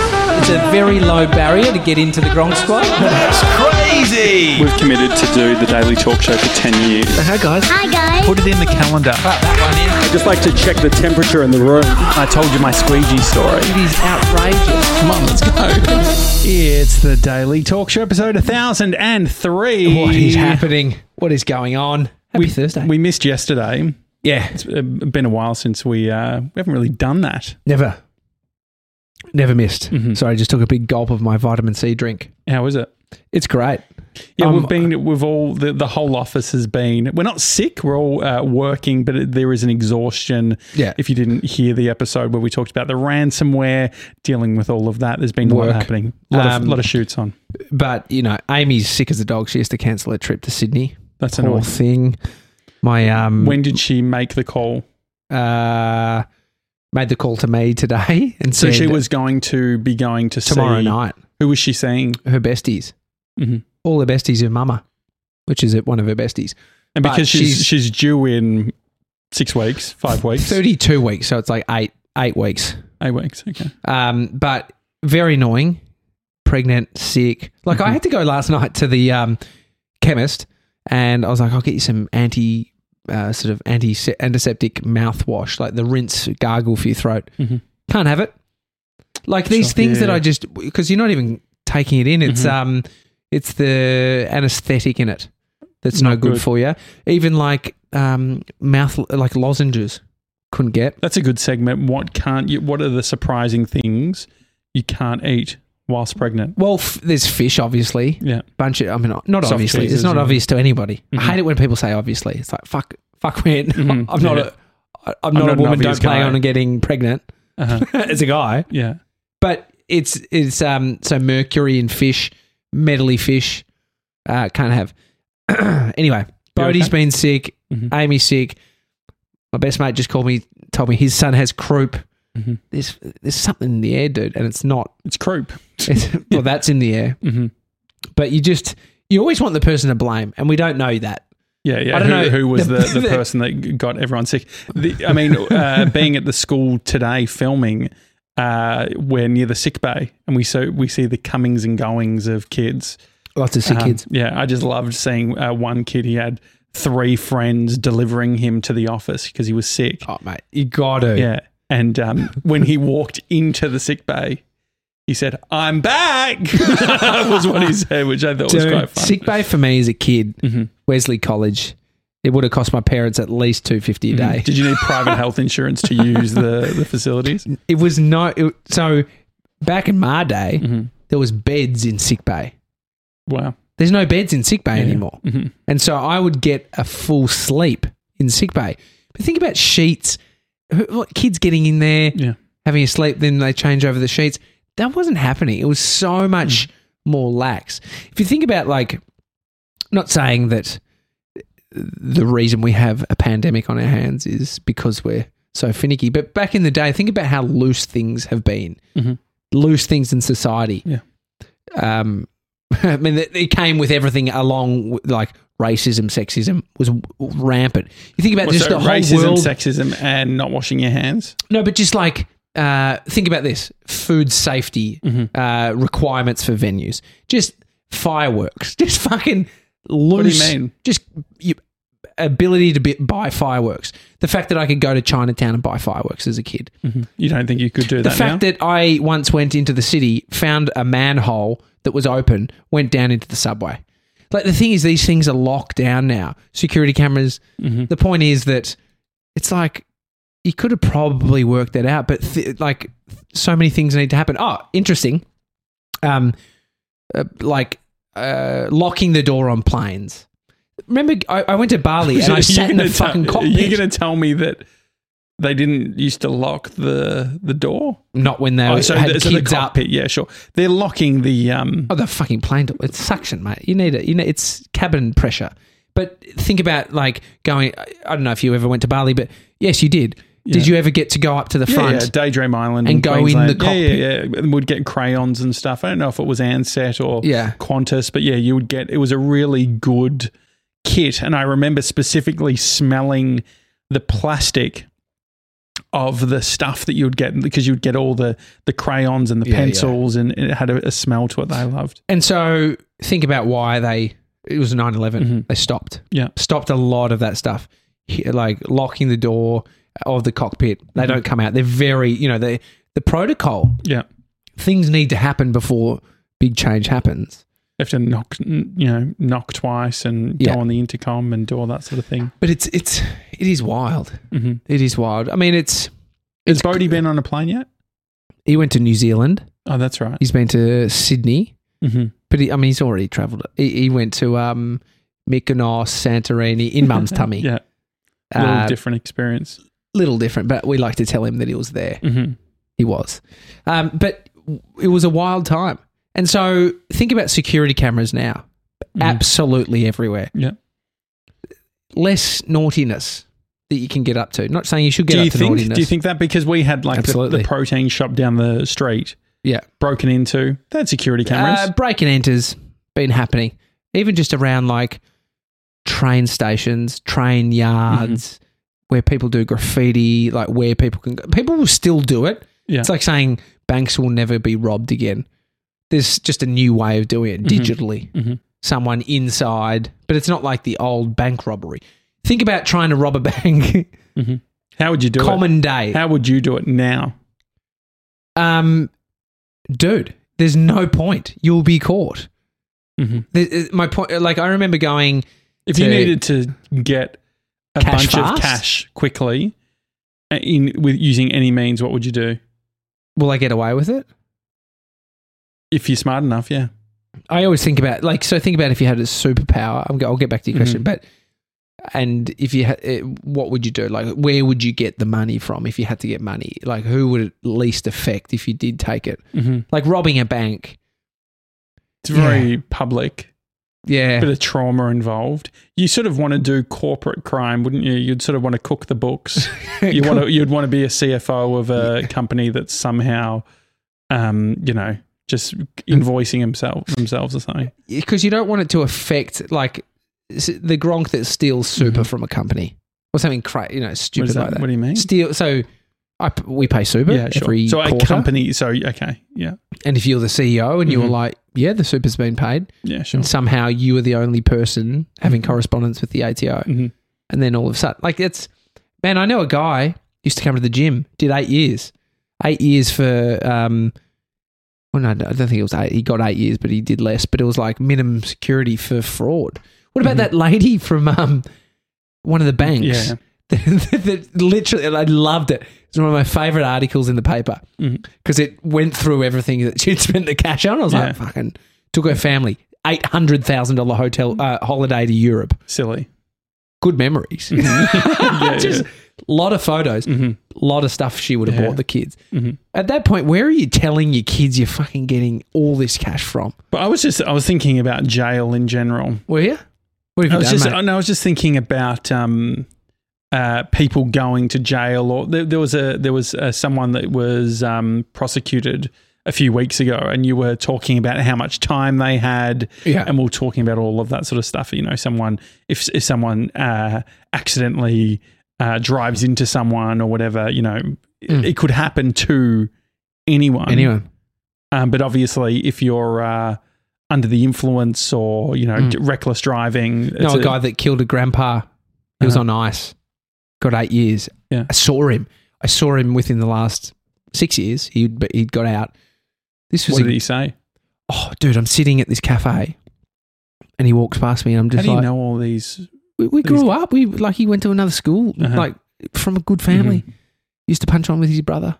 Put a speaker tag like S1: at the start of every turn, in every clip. S1: a very low barrier to get into the Gronk squad.
S2: That's crazy.
S3: We've committed to do the Daily Talk Show for 10 years.
S4: Hey guys.
S5: Hi guys.
S4: Put it in the calendar.
S1: that
S6: Just like to check the temperature in the room. I told you my squeegee story.
S1: one in. It is outrageous. Come on, let's go.
S4: It's the Daily Talk Show, episode 1003.
S1: What is happening? What is going on? Happy
S4: We,
S1: Thursday.
S4: we missed yesterday.
S1: yeah,
S4: It's uh, been a while since we uh, we haven't really done that.
S1: never, never missed.
S4: Mhm.
S1: Sorry, just took a big gulp of my vitamin C drink.
S4: How is it?
S1: It's great.
S4: Yeah,
S1: Um,
S4: we've been we've all the, the whole office has been. We're not sick. We're all uh, working, but it- there is an exhaustion.
S1: Yeah.
S4: If you didn't hear the episode where we talked about the ransomware, dealing with all of that, there's been a
S1: Work.
S4: lot happening. A lot,
S1: Um,
S4: of, lot of shoots on.
S1: But you know, Amy's sick as a dog. She has to cancel her trip to Sydney.
S4: That's
S1: Poor
S4: annoying.
S1: thing. My um,
S4: When did she make the call?
S1: uh, made the call to me today, and
S4: So
S1: said
S4: she was going to be going to
S1: tomorrow
S4: see,
S1: night.
S4: Who was she seeing?
S1: Her besties,
S4: Mhm.
S1: all her besties are Mama, which is one of her besties.
S4: And
S1: But
S4: because
S1: she's-
S4: she's, she's due in six weeks, five weeks,
S1: Thirty-two weeks, so it's like eight eight weeks.
S4: eight weeks. Okay.
S1: Um, but very annoying. Pregnant, sick. Like I
S4: Mhm.
S1: had to go last night to the um, chemist, and I was like, "I'll get you some anti, uh, sort of anti antiseptic mouthwash, like the rinse gargle for your throat."
S4: Mhm.
S1: Can't have it. Like these
S4: Sure.
S1: things that
S4: Yeah.
S1: I just because you're not even taking it in. It's um, it's the anesthetic in it that's no
S4: Not
S1: good,
S4: good.
S1: for you. Even like um, mouth like lozenges couldn't get.
S4: That's a good segment. What can't you? What are the surprising things you can't eat whilst pregnant?
S1: Well, f- there's fish, obviously.
S4: Yeah.
S1: bunch of. I mean, not
S4: Soft
S1: obviously. It's
S4: cheeses
S1: not
S4: and-
S1: obvious to anybody.
S4: Mhm.
S1: I hate it when people say obviously. It's like fuck, fuck man.
S4: Mhm.
S1: I'm not
S4: Yeah.
S1: a. I- I'm not
S4: not
S1: a
S4: an
S1: woman. Don't
S4: obvious
S1: play
S4: guy.
S1: on getting pregnant
S4: Uh-huh.
S1: as a guy.
S4: yeah.
S1: But it's it's um so mercury in fish, metally fish, uh, can't have. anyway,
S4: You
S1: Bodie's
S4: okay?
S1: been sick.
S4: Mhm.
S1: Amy's sick. My best mate just called me, told me his son has croup.
S4: Mhm.
S1: There's there's something in the air, dude, and it's not.
S4: It's croup.
S1: It's, well, that's in the air
S4: hmm
S1: but you just you always want the person to blame, and we don't know that.
S4: Yeah, yeah.
S1: I don't
S4: who,
S1: know.
S4: who was
S1: The-
S4: the, the person that g- got everyone sick? The, I mean, uh, being at the school today filming, uh, we're near the sick bay, and we so we see the comings and goings of kids.
S1: Lots of sick
S4: Um,
S1: kids.
S4: Yeah, I just loved seeing uh, one kid. He had three friends delivering him to the office because he was sick.
S1: Oh mate, you gotta.
S4: Yeah, and um, when he walked into the sick bay, he said, "I'm back." was what he said, which I thought was quite fun.
S1: sick bay for me as a kid,
S4: Mhm.
S1: Wesley College. It would have cost my parents at least two fifty a
S4: Mhm.
S1: day.
S4: Did you need private health insurance to use the, the facilities?
S1: It was no. It, so back in my day,
S4: Mhm.
S1: there was beds in sick bay.
S4: Wow.
S1: There's no beds in sick bay
S4: Yeah.
S1: anymore,
S4: Mhm.
S1: and so I would get a full sleep in sick bay. But think about sheets. Who- What kids getting in there?
S4: Yeah.
S1: having a sleep, then they change over the sheets. That wasn't happening. It was so much
S4: Mm.
S1: more lax. If you think about like, not saying that the reason we have a pandemic on our hands is because we're so finicky, but back in the day, think about how loose things have been,
S4: Mhm.
S1: loose things in society.
S4: Yeah.
S1: Um, I mean, it it came with everything along, with, like racism, sexism was rampant. You think about
S4: Well,
S1: just
S4: so
S1: the whole
S4: racism,
S1: world.
S4: sexism, and not washing your hands.
S1: No, but just like uh, think about this: food safety
S4: Mm-hmm.
S1: uh, requirements for venues, just fireworks, just fucking loose.
S4: do you mean?
S1: Just you, ability to be, buy fireworks. The fact that I could go to Chinatown and buy fireworks as a kid.
S4: You don't think you could do
S1: The
S4: that
S1: fact
S4: now?
S1: that I once went into the city, found a manhole that was open, went down into the subway. Like the thing is, these things are locked down now. Security cameras.
S4: Mm-hmm.
S1: The point is that it's like you could have probably worked that out, but th- like so many things need to happen. Oh, interesting. Um, uh, like uh, locking the door on planes. Remember, I, I went to Bali and I
S4: So
S1: sat in the
S4: gonna tell-
S1: fucking cockpit.
S4: You're going to tell me that they didn't used to lock the the door?
S1: Not when they
S4: Oh,
S1: were
S4: so,
S1: had
S4: the, so the
S1: kids up.
S4: cockpit. Yeah, sure. They're locking the um.
S1: Oh, the fucking plane door. It's suction, mate. You need it. You know, it's cabin pressure. But think about like going. I I don't know if you ever went to Bali, but yes, you did. Did
S4: Yeah.
S1: you ever get to go up to the
S4: yeah,
S1: front?
S4: yeah, Daydream Island
S1: And
S4: in
S1: go in the
S4: Queensland.
S1: cockpit.
S4: Yeah, yeah, yeah. And we'd get crayons and stuff. I don't know if it was Ansett or
S1: Yeah.
S4: Qantas, but yeah, you would get. It was a really good kit, and I remember specifically smelling the plastic of the stuff that you'd get because you'd get all the the crayons and the
S1: Yeah, yeah.
S4: pencils and it had a, a smell to it they loved.
S1: And so think about why they it was 9/11. They stopped.
S4: Yeah.
S1: Stopped a lot of that stuff. He- Like locking the door of the cockpit. They don't come out. They're very, you know, they the protocol.
S4: Yeah.
S1: Things need to happen before big change happens.
S4: They have to knock, n- you know, knock twice and
S1: Yeah.
S4: go on the intercom and do all that sort of thing.
S1: But it's it's it is wild.
S4: Mm-hmm.
S1: It is wild. I mean, it's
S4: Has Bodhi been on a plane yet?
S1: he went to New Zealand.
S4: Oh, that's right.
S1: He's been to Sydney.
S4: Mm-hmm.
S1: But he, I mean, he's already travelled. He, he went to um, Mykonos, Santorini, in mum's tummy.
S4: Yeah, a little
S1: Uh,
S4: different experience.
S1: little different, but we like to tell him that he was there.
S4: Mm-hmm.
S1: He was. Um, but it was a wild time. And so think about security cameras now. Absolutely everywhere.
S4: Mm. Yeah.
S1: Less naughtiness that you can get up to. Not saying you should get
S4: Do
S1: up
S4: you
S1: to
S4: think?
S1: naughtiness.
S4: Do you think that because we had like the,
S1: Absolutely.
S4: the protein shop down the street
S1: Yeah.
S4: broken into? They had security cameras.
S1: Uh, break and enters been happening, even just around like train stations, train
S4: Mm-hmm.
S1: yards, where people do graffiti, like where people can go. People will still do it.
S4: Yeah.
S1: It's like saying banks will never be robbed again. There's just a new way of doing it digitally.
S4: Mhm.
S1: Someone inside, but it's not like the old bank robbery. Think about trying to rob a bank
S4: How would you do
S1: common
S4: it?
S1: day.
S4: How would you do it now?
S1: Um, dude, there's no point. You'll be caught.
S4: Mhm.
S1: The- uh, my point, like, I remember going,
S4: If
S1: To-
S4: you needed to get a
S1: Cash
S4: bunch
S1: fast?
S4: of cash quickly, uh, in with using any means, what would you do?
S1: will I get away with it?
S4: If you're smart enough, yeah.
S1: I always think about, like, so think about if you had a superpower. I'm, go- I'll get back to your question,
S4: Mm-hmm.
S1: but, and if you had, what would you do? Like, where would you get the money from if you had to get money? Like, who would it least affect if you did take it?
S4: Mm-hmm.
S1: Like, robbing a bank.
S4: It's very public,
S1: Yeah.
S4: bit of trauma involved. You sort of want to do corporate crime, wouldn't you? You'd sort of want to cook the books. you want to you'd want to be a CFO of a company that's somehow, um, you know, just invoicing himself themselves or something.
S1: Because you don't want it to affect, like, s- the Gronk that steals super from a company or something, cra- you know,
S4: Mm-hmm. What,
S1: stupid
S4: is that,
S1: like that.
S4: what do you mean?
S1: Steal, so I, p- we pay super
S4: Yeah, sure.
S1: every
S4: so
S1: quarter.
S4: a company. So okay, yeah,
S1: And if you're the CEO and you were
S4: Mhm.
S1: like, yeah, the super's been paid,
S4: yeah, sure.
S1: and somehow you were the only person having
S4: Mm-hmm.
S1: correspondence with the ATO,
S4: Mhm.
S1: and then all of a sudden, like it's, man, I know a guy used to come to the gym, did eight years, eight years for, um, well, no, I don't think it was eight. He got eight years, but he did less. But it was like minimum security for fraud. What about
S4: Mhm.
S1: that lady from um, one of the banks?
S4: Yeah.
S1: that, that literally, and I loved it. It's one of my favorite articles in the paper
S4: Mhm.
S1: because it went through everything that she'd spent the cash on. I was like,
S4: Yeah.
S1: fucking took her family eight hundred thousand dollar hotel uh, holiday to Europe.
S4: Silly.
S1: Good memories.
S4: Mm-hmm. Yeah,
S1: Just
S4: yeah.
S1: lot of photos,
S4: Mhm.
S1: lot of stuff she would have
S4: Yeah.
S1: bought the kids.
S4: Mhm.
S1: At that point, where are you telling your kids you're fucking getting all this cash from?
S4: But I was just I was thinking about jail in general.
S1: Were you? What have
S4: I
S1: you
S4: was
S1: done,
S4: just
S1: mate?
S4: and I was just thinking about um, uh, people going to jail or there, there was a there was uh someone that was um, prosecuted a few weeks ago and you were talking about how much time they had
S1: Yeah.
S4: and we are talking about all of that sort of stuff you know someone if, if someone uh, accidentally uh, drives into someone or whatever you know
S1: Mm.
S4: it, it could happen to anyone
S1: Anyway,
S4: um, but obviously, if you're uh, under the influence or you know d- reckless driving,
S1: Mm. no,
S4: it's
S1: a guy that killed a grandpa. He was
S4: Uh-huh.
S1: on ice. Got eight years.
S4: Yeah.
S1: I saw him. I saw him within the last six years. He'd be- he'd got out. This was
S4: What
S1: a,
S4: did he say?
S1: oh, dude. I'm sitting at this cafe, and he walks past me, and I'm
S4: How
S1: just
S4: do you
S1: like,
S4: know all these?
S1: we, we
S4: These-
S1: grew up. We like he went to another school,
S4: Uh-huh. Mm-hmm.
S1: like from a good family. Used to punch on with his brother,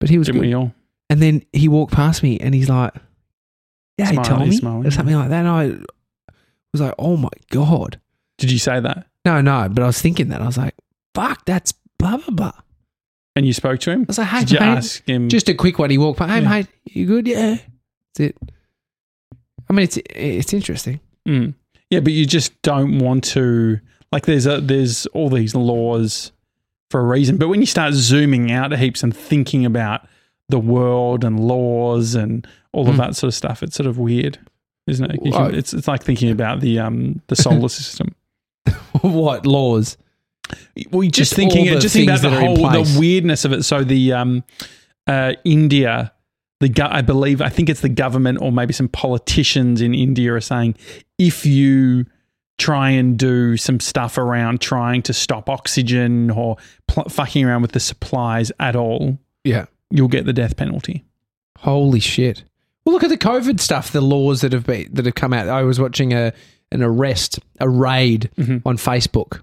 S1: but he was
S4: Didn't
S1: good.
S4: we all?
S1: And then he walked past me, and he's like, "Yeah,
S4: Smiley,
S1: Tommy,"
S4: smiley.
S1: or something like that. And I was like, "Oh my god."
S4: Did you say that?
S1: No, no, but I was thinking that. I was like, fuck, that's blah, blah, blah. I
S4: And you spoke to him?
S1: was like, hey,
S4: Did you
S1: mate.
S4: ask him?
S1: Just a quick one. He walked by, hey,
S4: Yeah.
S1: mate, you good? Yeah. That's it. I mean, it's it's interesting.
S4: Mm. Yeah, but you just don't want to. Like, there's a there's all these laws for a reason. But when you start zooming out heaps and thinking about the world and laws and all of
S1: Mm.
S4: that sort of stuff, it's sort of weird, isn't it? You
S1: Well,
S4: can, it's it's like thinking about the um the solar system.
S1: what laws?
S4: Well, you just,
S1: Just
S4: thinking
S1: all
S4: it,
S1: the
S4: just think about
S1: things
S4: the
S1: that are in
S4: whole the
S1: place.
S4: weirdness of it. So the um, uh, India, the go- I believe I think it's the government or maybe some politicians in India are saying if you try and do some stuff around trying to stop oxygen or pl- fucking around with the supplies at all,
S1: Yeah.
S4: you'll get the death penalty.
S1: Holy shit. Well, look at the COVID stuff, the laws that have been that have come out. I was watching a an arrest, a raid
S4: Mhm.
S1: on Facebook.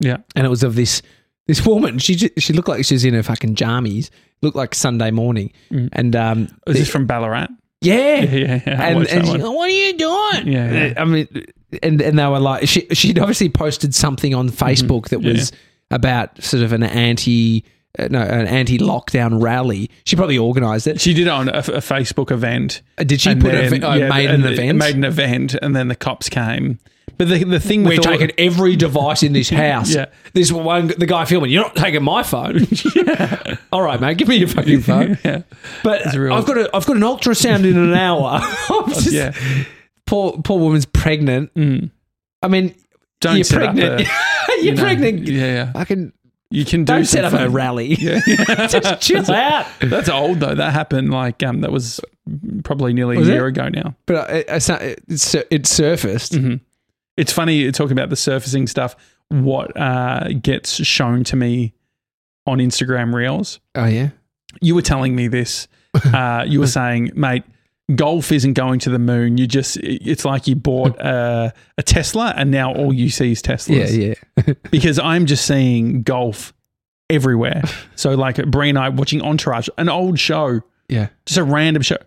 S4: Yeah.
S1: And it was of this this woman. She ju- she looked like she was in her fucking jammies. Looked like Sunday morning.
S4: Mm.
S1: And um
S4: Is this
S1: the-
S4: from Ballarat?
S1: yeah.
S4: Yeah, yeah, yeah. I
S1: and,
S4: watched that
S1: and she,
S4: one.
S1: what are you doing?
S4: Yeah, yeah.
S1: I mean, and and they were like, she she'd obviously posted something on
S4: Mm-hmm.
S1: Facebook that was about sort of an anti, uh, no, an anti-lockdown rally. She probably organised it.
S4: She did it on a, a Facebook event.
S1: Uh, Did she
S4: And
S1: put
S4: then-
S1: a, oh,
S4: yeah,
S1: made
S4: and
S1: an
S4: it
S1: event?
S4: Made an event, and then the cops came. But the, the thing with
S1: We're
S4: all-
S1: taking every device in this house.
S4: Yeah.
S1: This one, the guy filming, you're not taking my phone. All right, mate, give me your fucking phone.
S4: Yeah.
S1: But
S4: real. Oh,
S1: I've got a, I've got an ultrasound in an hour. I'm just-
S4: yeah, Mm.
S1: Poor, poor woman's pregnant. I mean,
S4: don't
S1: you're
S4: set
S1: pregnant.
S4: up. A,
S1: you're
S4: you know,
S1: pregnant.
S4: Yeah, yeah.
S1: I can
S4: You can do
S1: don't set up a
S4: something.
S1: rally.
S4: Yeah.
S1: Just chill out.
S4: That's old though. That happened like um, that was probably nearly
S1: Was
S4: a
S1: it?
S4: year ago now.
S1: But I- I- it's not-
S4: uh,
S1: it's sur- it surfaced.
S4: It's funny you're talking about the surfacing stuff. What uh, gets shown to me on Instagram Reels?
S1: Oh yeah.
S4: you were telling me this. Uh, you were saying, mate, golf isn't going to the moon. You just, it's like you bought a, a Tesla and now all you see is Teslas.
S1: yeah.
S4: Because I'm just seeing golf everywhere. So, like, Brie and I watching Entourage, an old show,
S1: Yeah.
S4: just a random show.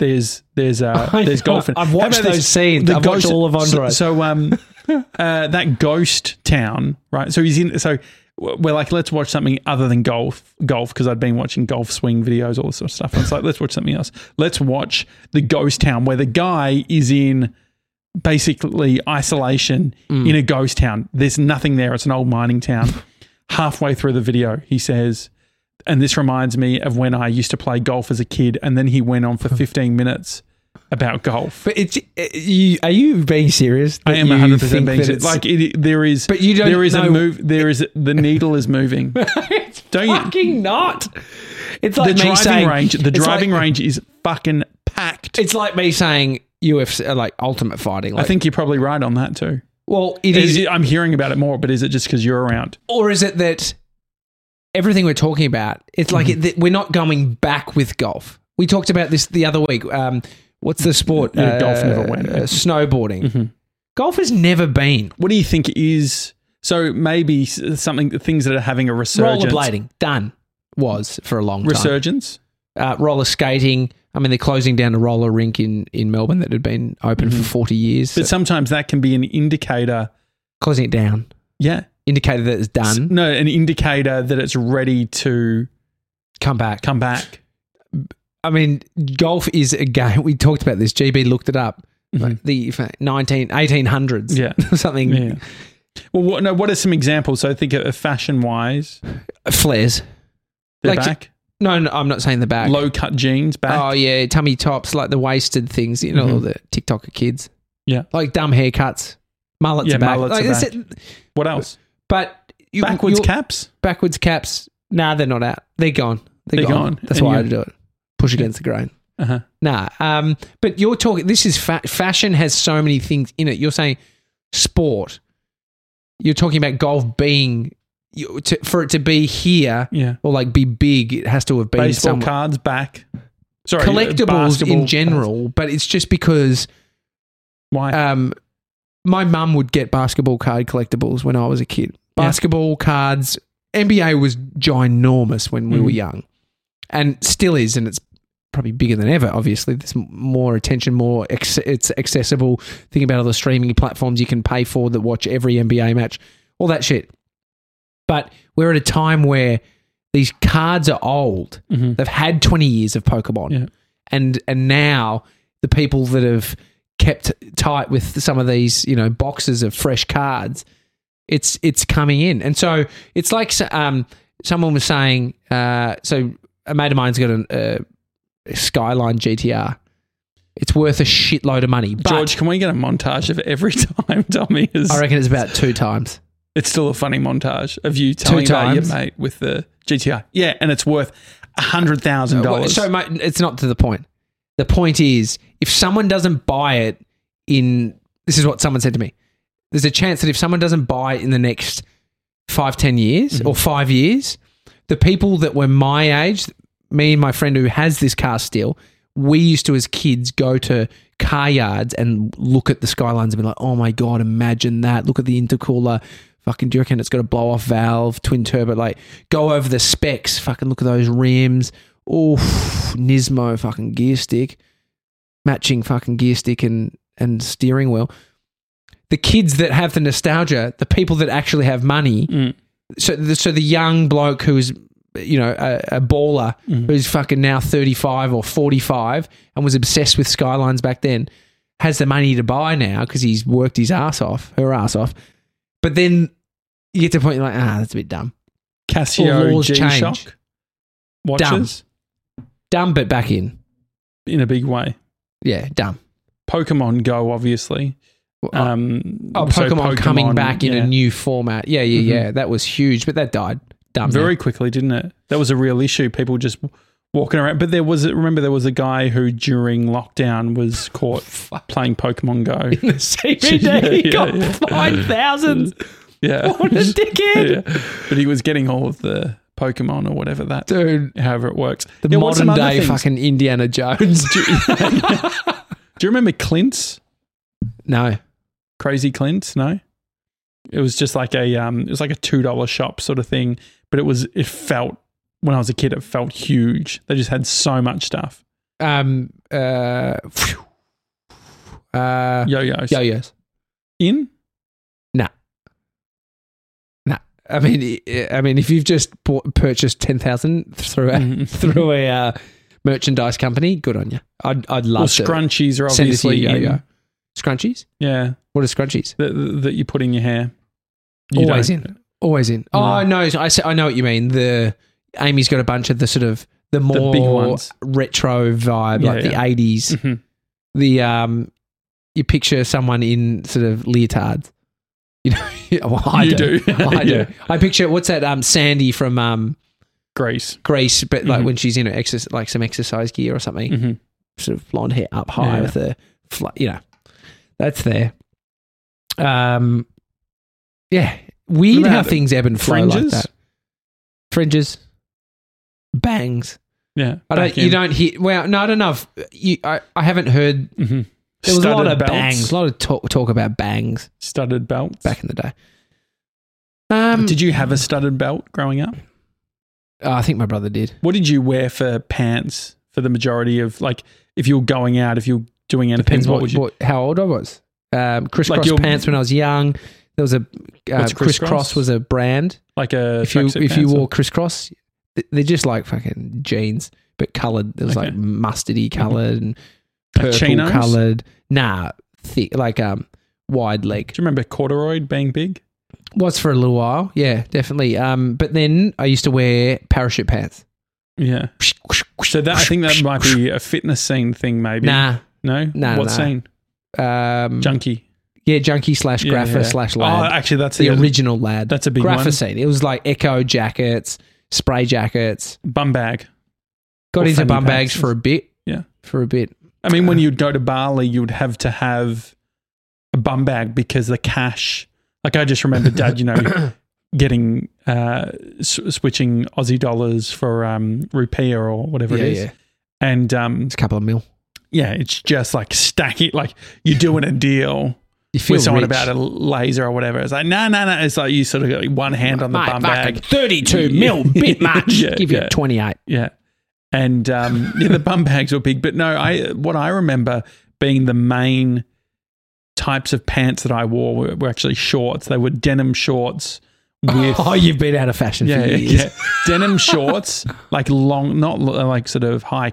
S4: There's there's uh
S1: I
S4: there's
S1: know.
S4: golf. in it.
S1: I've
S4: How
S1: watched
S4: about
S1: those scenes. I've watched all of Entourage.
S4: So, so um, uh, that ghost town, right? So he's in. So we're like, let's watch something other than golf, golf, because I'd been watching golf swing videos, all this sort of stuff. And it's like, let's watch something else. Let's watch the ghost town where the guy is in basically isolation
S1: Mm.
S4: in a ghost town. There's nothing there. It's an old mining town. Halfway through the video, he says, and this reminds me of when I used to play golf as a kid. And then he went on for 15 minutes about golf.
S1: But it's it, you. Are you being serious?
S4: I
S1: that
S4: am
S1: you
S4: 100
S1: think
S4: percent being
S1: that
S4: serious.
S1: it's-
S4: like it, there is,
S1: But you don't
S4: There is a
S1: know-
S4: move. There is the needle is moving.
S1: it's
S4: Don't you-
S1: fucking not. It's
S4: the
S1: like me
S4: driving
S1: saying
S4: range. The
S1: it's
S4: driving
S1: like,
S4: range is fucking packed.
S1: It's like me saying UFC, uh, like ultimate fighting.
S4: I
S1: Like,
S4: think you're probably right on that too.
S1: Well, it
S4: Is
S1: is,
S4: it- I'm hearing about it more, but is it just because you're around?
S1: or is it that everything we're talking about? It's like
S4: Mm-hmm.
S1: it, that we're not going back with golf. We talked about this the other week. Um, what's the sport?
S4: Yeah, golf never went. Mm-hmm.
S1: Uh, snowboarding. Golf has never been
S4: What do you think is so? Maybe s- something things that are having a resurgence.
S1: rollerblading. Done was for a long time.
S4: Resurgence.
S1: uh, roller skating. I mean, they're closing down a roller rink in, in Melbourne that had been open for 40 years.
S4: Mm-hmm. But
S1: So
S4: sometimes that can be an indicator.
S1: closing it down
S4: Yeah.
S1: indicated that it's
S4: S- mm.
S1: done.
S4: No, an indicator that it's ready to
S1: Come back.
S4: come back.
S1: I mean, golf is a game. We talked about this. GB looked it up. Like the uh, fa- 19, 1800s.
S4: Mm-hmm. Yeah.
S1: Something.
S4: Yeah. Well, what, no, what are some examples? So I think of fashion wise,
S1: Flares.
S4: they're
S1: Like,
S4: back.
S1: No, no, I'm not saying the back.
S4: Low cut jeans back. Mm-hmm.
S1: Oh, yeah. Tummy tops, like the wasted things, you know, all the TikToker kids.
S4: Yeah.
S1: Like dumb haircuts. Mullets
S4: Yeah,
S1: are back.
S4: mullets
S1: Like,
S4: are
S1: that's
S4: back.
S1: it.
S4: What else?
S1: But you,
S4: Backwards
S1: you-
S4: caps.
S1: backwards caps. Nah, they're not out. They're gone. They're,
S4: They're
S1: gone.
S4: gone.
S1: That's
S4: And
S1: why I
S4: you-
S1: do it. Push against the grain.
S4: Uh-huh.
S1: Nah. Um, but you're talking. This is fa- fashion has so many things in it. You're saying sport. You're talking about golf being you, to, for it to be here
S4: Yeah.
S1: or like be big. It has to have been
S4: Baseball
S1: somewhere.
S4: cards back. Sorry, uh,
S1: collectibles
S4: basketball
S1: in general. But it's just because
S4: Why?
S1: um, my mum would get basketball card collectibles when I was a kid.
S4: Yeah.
S1: Basketball cards, NBA was ginormous when we
S4: Mm.
S1: were young, and still is, and it's probably bigger than ever. Obviously, there's m- more attention, more ex- it's accessible. Think about all the streaming platforms you can pay for that watch every NBA match, all that shit. But we're at a time where these cards are old. They've had 20 years of Pokemon.
S4: Yeah.
S1: And and now the people that have kept tight with some of these, you know, boxes of fresh cards, it's it's coming in. And so it's like s- um someone was saying uh so a mate of mine's got an, uh, a Skyline GTR. It's worth a shitload of money. But
S4: George, can we get a montage of every time Tommy is?
S1: I reckon it's about two times.
S4: It's still a funny montage of you telling about your
S1: times.
S4: mate with the GTI. Yeah, and it's worth hundred thousand dollars.
S1: Uh, So my, it's not to the point. The point is, if someone doesn't buy it in, this is what someone said to me. There's a chance that if someone doesn't buy it in the next five, ten years or five years, the people that were my age, me and my friend who has this car still, we used to as kids go to car yards and look at the skylines and be like, oh my god, imagine that! Look at the intercooler. Fucking, do you reckon it's got a blow off valve, twin turbo? Like, go over the specs. Fucking look at those rims. Oof, Nismo fucking gear stick, matching fucking gear stick and and steering wheel. The kids that have the nostalgia, the people that actually have money, so the, so the young bloke who's you know a, a baller
S4: Mm-hmm.
S1: who's fucking now 35 or 45 and was obsessed with skylines back then has the money to buy now because he's worked his ass off her ass off but then you get to the point you're like ah that's a bit dumb Or
S4: Casio
S1: laws
S4: G
S1: change.
S4: Shock watches
S1: dumb but back in
S4: in a big way.
S1: yeah dumb
S4: Pokemon Go, obviously.
S1: Well, uh,
S4: Um,
S1: oh
S4: so
S1: pokemon, coming back in
S4: yeah. Mm-hmm.
S1: a new format yeah yeah yeah that was huge but that died dumb
S4: very quickly, didn't it? That was a real issue. People just walking around. But there was remember there was a guy who during lockdown was caught playing Pokemon Go.
S1: in the CBD he
S4: Yeah,
S1: got
S4: yeah, yeah.
S1: 5000
S4: Yeah,
S1: what a dickhead
S4: yeah. But he was getting all of the Pokemon or whatever that,
S1: dude
S4: however it works.
S1: the
S4: Yeah, what's some
S1: modern
S4: other
S1: day
S4: things?
S1: fucking indiana jones
S4: Do you remember Clint's
S1: no
S4: Crazy Clint's? No, it was just like a um, it was like a two dollar shop sort of thing. But it was it felt when I was a kid, it felt huge. They just had so much stuff.
S1: um uh phew. uh
S4: Yo-yos.
S1: yo yo's
S4: in.
S1: nah i mean i- i mean if you've just bought, purchased 10000 through a
S4: Mhm.
S1: through a uh, merchandise company good on you i'd i'd love
S4: Well,
S1: to
S4: scrunchies are
S1: send it to
S4: obviously
S1: you
S4: in.
S1: yo-yo scrunchies
S4: Yeah,
S1: what are scrunchies
S4: that, that you put in your hair.
S1: always
S4: don't.
S1: in always in oh no so i se- i know what you mean the amy's got a bunch of the sort of the more
S4: big ones.
S1: retro vibe
S4: Yeah,
S1: like
S4: yeah.
S1: the 80s
S4: Mhm.
S1: the um you picture someone in sort of leotards you know well, I
S4: You
S1: do,
S4: do.
S1: I do
S4: Yeah.
S1: I picture what's that um Sandy from um
S4: Grease.
S1: Greece but
S4: Mm-hmm.
S1: like when she's in her exercise like some exercise gear or something
S4: Mhm.
S1: sort of blonde hair up high
S4: Yeah.
S1: with her fl- you know that's there um yeah weird
S4: Remember
S1: how
S4: how the
S1: things ebb and flow
S4: Fringes.
S1: like that fringes bangs
S4: Yeah.
S1: I don't you don't hear well no I don't know if you I, I haven't heard
S4: Mm-hmm.
S1: there was a lot of bangs, a lot of talk, talk about bangs
S4: Studded belts.
S1: back in the day. Um,
S4: Did you have a studded belt growing up?
S1: oh, I think my brother did.
S4: What did you wear for pants for the majority of like if you were going out, if you were doing anything?
S1: Depends
S4: what,
S1: what,
S4: would you?
S1: what- how old I was. Um, crisscross
S4: your-
S1: pants when I was young. There was a uh,
S4: What's
S1: crisscross?
S4: crisscross?
S1: was a brand.
S4: like a
S1: If you
S4: tracksuit
S1: if you
S4: pants or-
S1: wore crisscross, th- they're just like fucking jeans, but coloured. It was like
S4: Okay. Mm-hmm.
S1: mustardy coloured and
S4: Like
S1: purple
S4: chinos?
S1: coloured. Nah, thick like um wide leg.
S4: Do you remember corduroy being big?
S1: Was for a little while. Yeah, definitely. Um, but then I used to wear parachute pants.
S4: Yeah. So that I think that might be a fitness scene thing, maybe.
S1: Nah.
S4: No.
S1: Nah,
S4: What
S1: nah.
S4: scene?
S1: Um,
S4: Junkie.
S1: Yeah, junkie slash
S4: Yeah,
S1: grapher
S4: yeah.
S1: slash
S4: Oh,
S1: lad.
S4: actually, that's
S1: the
S4: the, original
S1: original lad.
S4: that's a big
S1: grapher
S4: one.
S1: scene. It was like echo jackets, spray jackets.
S4: bum bag.
S1: Got
S4: Or
S1: into
S4: fanny
S1: bum
S4: packs.
S1: bags for a bit.
S4: Yeah.
S1: for a bit.
S4: I mean, when you'd go to Bali, you would have to have a bum bag because the cash. Like I just remember Dad, you know, getting uh, s- switching Aussie dollars for um, rupiah or whatever
S1: Yeah,
S4: it is,
S1: yeah.
S4: and um,
S1: It's a couple of mil.
S4: yeah, it's just like stacking. Like you're doing a deal
S1: You feel
S4: with someone
S1: rich.
S4: about a laser or whatever. It's like no, no, no. It's like you sort of got one hand on the
S1: Mate,
S4: bum
S1: fucking
S4: bag,
S1: thirty-two mil, bit much.
S4: Yeah,
S1: Give
S4: yeah.
S1: you twenty-eight.
S4: Yeah. And um, yeah, the bum bags were big, but no, I what I remember being the main types of pants that I wore were, were actually shorts. They were denim shorts with
S1: Oh, you've been out of fashion
S4: yeah,
S1: for
S4: yeah,
S1: years.
S4: yeah. denim shorts, like long, not l- like sort of high,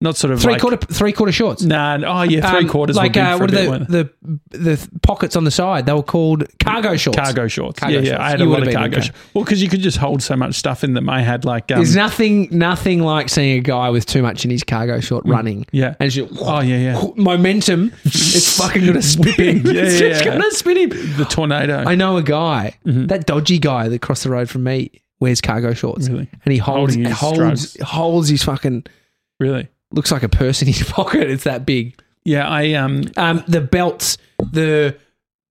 S4: Not sort of
S1: Three
S4: like,
S1: quarter three quarter shorts.
S4: Nah, oh yeah, three
S1: Um,
S4: quarters.
S1: Like
S4: were big
S1: uh,
S4: for
S1: what
S4: a bit,
S1: are
S4: weren't they?
S1: the, the the pockets on the side? They were called cargo shorts.
S4: cargo shorts?
S1: Cargo
S4: yeah, yeah.
S1: shorts.
S4: I had a
S1: You
S4: lot
S1: would've
S4: of
S1: been
S4: cargo.
S1: okay.
S4: shorts. Well, because you could just hold so much stuff in them. I had like um,
S1: There's nothing nothing like seeing a guy with too much in his cargo short running.
S4: Mm. yeah.
S1: And you
S4: Oh, yeah, yeah.
S1: momentum. it's fucking gonna spin him.
S4: Whipping. Yeah,
S1: it's
S4: yeah,
S1: just
S4: yeah. Mm-hmm.
S1: gonna spin him.
S4: the tornado.
S1: I know a guy, that dodgy guy that crossed the road from me wears cargo shorts.
S4: Really?
S1: And he holds
S4: Mm-hmm. Holding his
S1: holds holds his fucking
S4: really.
S1: looks like a purse in his pocket. It's that big.
S4: Yeah, I um.
S1: Um, the belts, the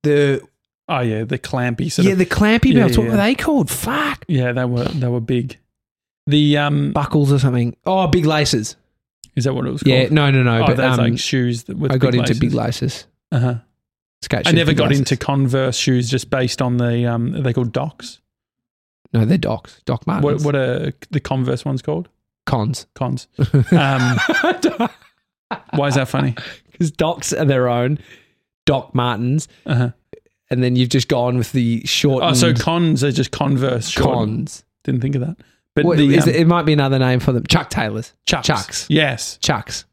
S1: the
S4: Oh yeah, the clampy sort
S1: yeah,
S4: of.
S1: the clampy
S4: Yeah,
S1: belts.
S4: yeah,
S1: What were
S4: yeah.
S1: they called? Fuck,
S4: yeah, they were they were big. The um,
S1: buckles or something. Oh, big laces.
S4: is that what it was
S1: Yeah,
S4: called?
S1: no, no, no.
S4: oh,
S1: but
S4: that's
S1: um,
S4: like shoes. That with
S1: I got
S4: big
S1: into big
S4: laces.
S1: laces.
S4: Uh-huh.
S1: Skate
S4: I
S1: shoes,
S4: never
S1: big
S4: got
S1: laces.
S4: into Converse shoes just based on the um, are they called Docs.
S1: No, they're docs. Doc Martens.
S4: What what are the Converse ones called?
S1: cons?
S4: Cons. Um, why is that funny?
S1: Because docs are their own. Doc Martens,
S4: Uh-huh.
S1: and then you've just gone with the short.
S4: Oh, so cons are just Converse. shortened.
S1: cons.
S4: Didn't think of that. But
S1: What-
S4: the
S1: is
S4: um,
S1: it, it might be another name for them. Chuck Taylors.
S4: Chucks.
S1: Chucks.
S4: Yes.
S1: Chucks.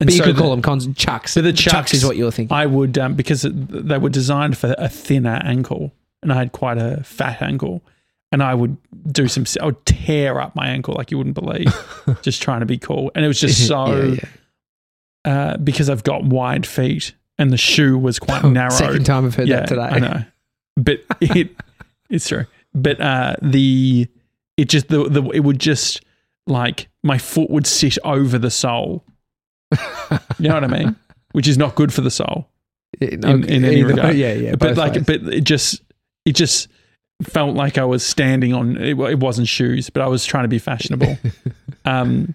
S4: And
S1: But you
S4: so
S1: could
S4: the-
S1: call them cons. Chucks.
S4: So the Chucks-
S1: is what you're thinking.
S4: I would um, because it- they were designed for a thinner ankle, and I had quite a fat ankle, and I would do some. I would tear up my ankle like you wouldn't believe, just trying to be cool, and it was just so
S1: Yeah, yeah.
S4: Uh, because I've got wide feet, and the shoe was quite narrow.
S1: Oh, Second time I've heard
S4: yeah,
S1: that today.
S4: I know, but it it's true. But uh, the it just the, the it would just like my foot would sit over the sole. you know what I mean? Which is not good for the sole
S1: In,
S4: in, in any
S1: either-
S4: regard.
S1: Yeah, yeah.
S4: But
S1: both
S4: like,
S1: ways.
S4: but it just, it just felt like I was standing on. It, wa- it wasn't shoes, but I was trying to be fashionable. um,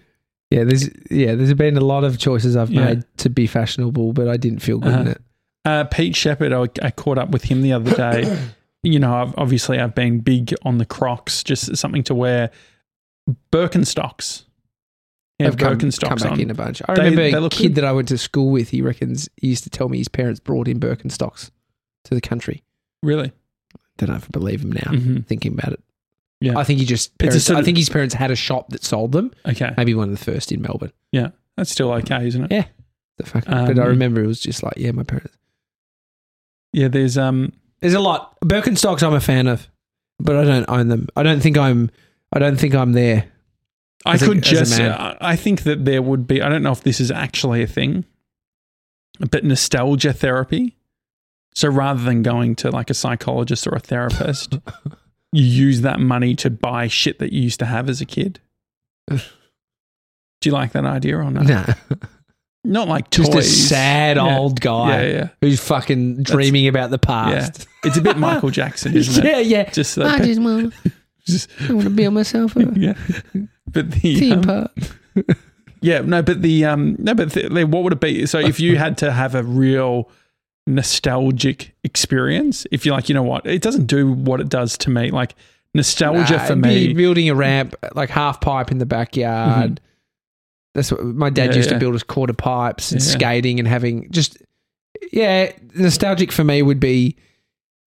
S1: yeah, there's yeah, there's been a lot of choices I've
S4: Yeah.
S1: made to be fashionable, but I didn't feel good in
S4: Uh-huh.
S1: it.
S4: uh, Pete Shepard, I, I caught up with him the other day. you know, I've, obviously I've been big on the Crocs, just something to wear. Birkenstocks. Yeah,
S1: They've come, come
S4: Birkenstocks
S1: back
S4: on.
S1: in a bunch. I
S4: They-
S1: remember
S4: they
S1: a
S4: look
S1: kid
S4: good.
S1: that I went to school with. He reckons he used to tell me his parents brought in Birkenstocks to the country.
S4: Really?
S1: Don't know if I believe him now.
S4: hmm
S1: Thinking about it,
S4: Yeah.
S1: I think he just.
S4: It's a
S1: Parents,
S4: sort
S1: I
S4: of-
S1: think his parents had a shop that sold them.
S4: Okay,
S1: Maybe one of the first in Melbourne.
S4: that's still okay, isn't it?
S1: Yeah. The fuck- but I
S4: Um,
S1: remember it was just like, yeah, my parents.
S4: Yeah, there's um.
S1: There's a lot. Birkenstocks, I'm a fan of, but I don't own them. I don't think I'm. I don't think I'm there.
S4: I
S1: as a-
S4: could
S1: as a
S4: just. uh,
S1: man.
S4: I I think that there would be. I don't know if this is actually a thing, but nostalgia therapy. So rather than going to like a psychologist or a therapist, you use that money to buy shit that you used to have as a kid. Do you like that idea or not?
S1: Nah.
S4: Not like toys.
S1: Just a sad
S4: Yeah.
S1: old guy
S4: Yeah, yeah,
S1: who's fucking dreaming about the
S4: yeah.
S1: past.
S4: It's a bit Michael Jackson, isn't it?
S1: yeah, yeah.
S4: Just
S5: I
S4: like,
S5: just want,
S4: just-
S5: I want to build myself a
S4: yeah. But the
S5: theme
S4: um,
S5: park.
S4: Yeah, no, but the um, no, but th- like, what would it be? So if you had to have a real nostalgic experience, if you're like, you know what, it doesn't do what it does to me. Like nostalgia
S1: Nah,
S4: for
S1: it'd
S4: me, Mm-hmm.
S1: be building a ramp, like half pipe in the backyard. That's what my dad
S4: Yeah,
S1: used to
S4: yeah.
S1: build his quarter pipes and
S4: Yeah.
S1: skating and having just, yeah, nostalgic for me would be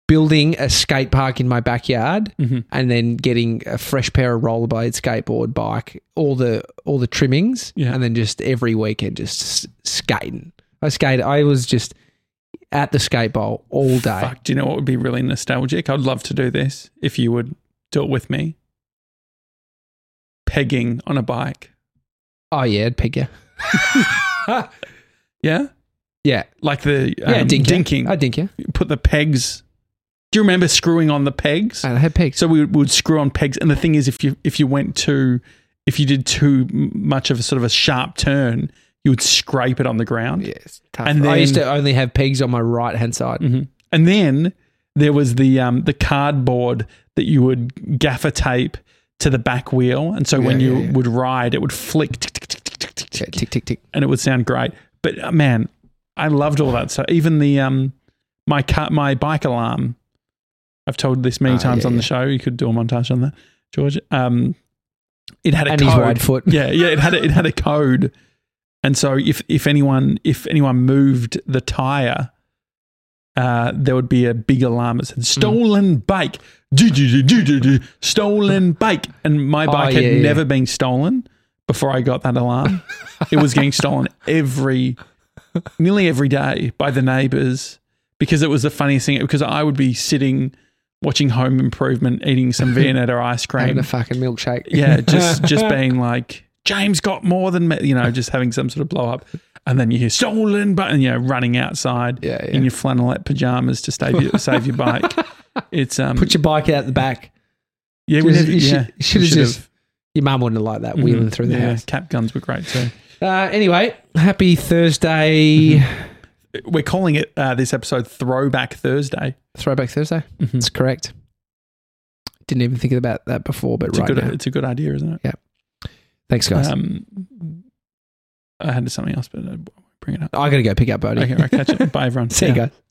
S1: building a skate park in my backyard
S4: Mhm.
S1: and then getting a fresh pair of rollerblade, skateboard, bike, all the all the trimmings,
S4: Yeah.
S1: and then just every weekend just s- skating. I skated. I was just at the skate bowl all day.
S4: fuck, do you know what would be really nostalgic? I'd love to do this if you would do it with me. Pegging on a bike,
S1: Oh yeah, I'd pig you.
S4: yeah,
S1: Yeah,
S4: like the um,
S1: yeah, dink you.
S4: dinking.
S1: I dink you.
S4: You Put the pegs. Do you remember screwing on the pegs?
S1: And Uh, I had pigs.
S4: So we would screw on pegs, and the thing is, if you if you went too, if you did too m- much of a sort of a sharp turn, you would scrape it on the ground.
S1: Yes, tough.
S4: And
S1: I used
S4: then- Mm-hmm.
S1: to only have pegs on my right hand side.
S4: And then there was the um, the cardboard that you would gaffer tape to the back wheel, and so when
S1: yeah,
S4: you
S1: yeah.
S4: would ride, it would flick, tick, tick, tick, tick, tick, tick,
S1: Yeah,
S4: tick,
S1: tick tick tick.
S4: and it would sound great. But uh, man, I loved all that stuff. Even the um, my car, my bike alarm. I've told this many
S1: Ah,
S4: times
S1: yeah,
S4: on
S1: yeah.
S4: the show. You could do a montage on that, George. Um, it had a
S1: And
S4: code.
S1: his wide foot.
S4: yeah, yeah. It had a, it had a code, and so if if anyone if anyone moved the tire, uh, there would be a big alarm that said
S1: Mm-hmm.
S4: "stolen bike, do do do do do do, stolen bike," and my
S1: Oh,
S4: bike
S1: yeah,
S4: had
S1: yeah.
S4: never been stolen, before I got that alarm. it was getting stolen every, nearly every day by the neighbors because it was the funniest thing. Because I would be sitting watching Home Improvement, eating some Viennetta ice
S1: having
S4: cream.
S1: a fucking milkshake.
S4: yeah, just just being like James got more than me, you know, just having some sort of blow up. And then you hear stolen, but and you're running outside
S1: Yeah, yeah.
S4: in your flannelette pajamas to save your save your bike. It's um,
S1: Put your bike out the back.
S4: yeah, we
S1: you
S4: never-
S1: should- you
S4: yeah,
S1: should- should
S4: we
S1: have just- Your mum wouldn't have liked that wheeling
S4: Mhm.
S1: through the
S4: yeah,
S1: house.
S4: Cap guns were great too.
S1: Uh, anyway, happy Thursday.
S4: We're calling it uh, this episode Throwback Thursday.
S1: Throwback Thursday. That's correct. Didn't even think about that before, but
S4: It's
S1: right
S4: a good
S1: now.
S4: it's a good idea, isn't it?
S1: Thanks, guys.
S4: Um, I had something else, but I won't bring it up.
S1: I gotta go pick up Bodie.
S4: Okay, right, catch it. Bye, everyone.
S1: See
S4: Yeah.
S1: you guys.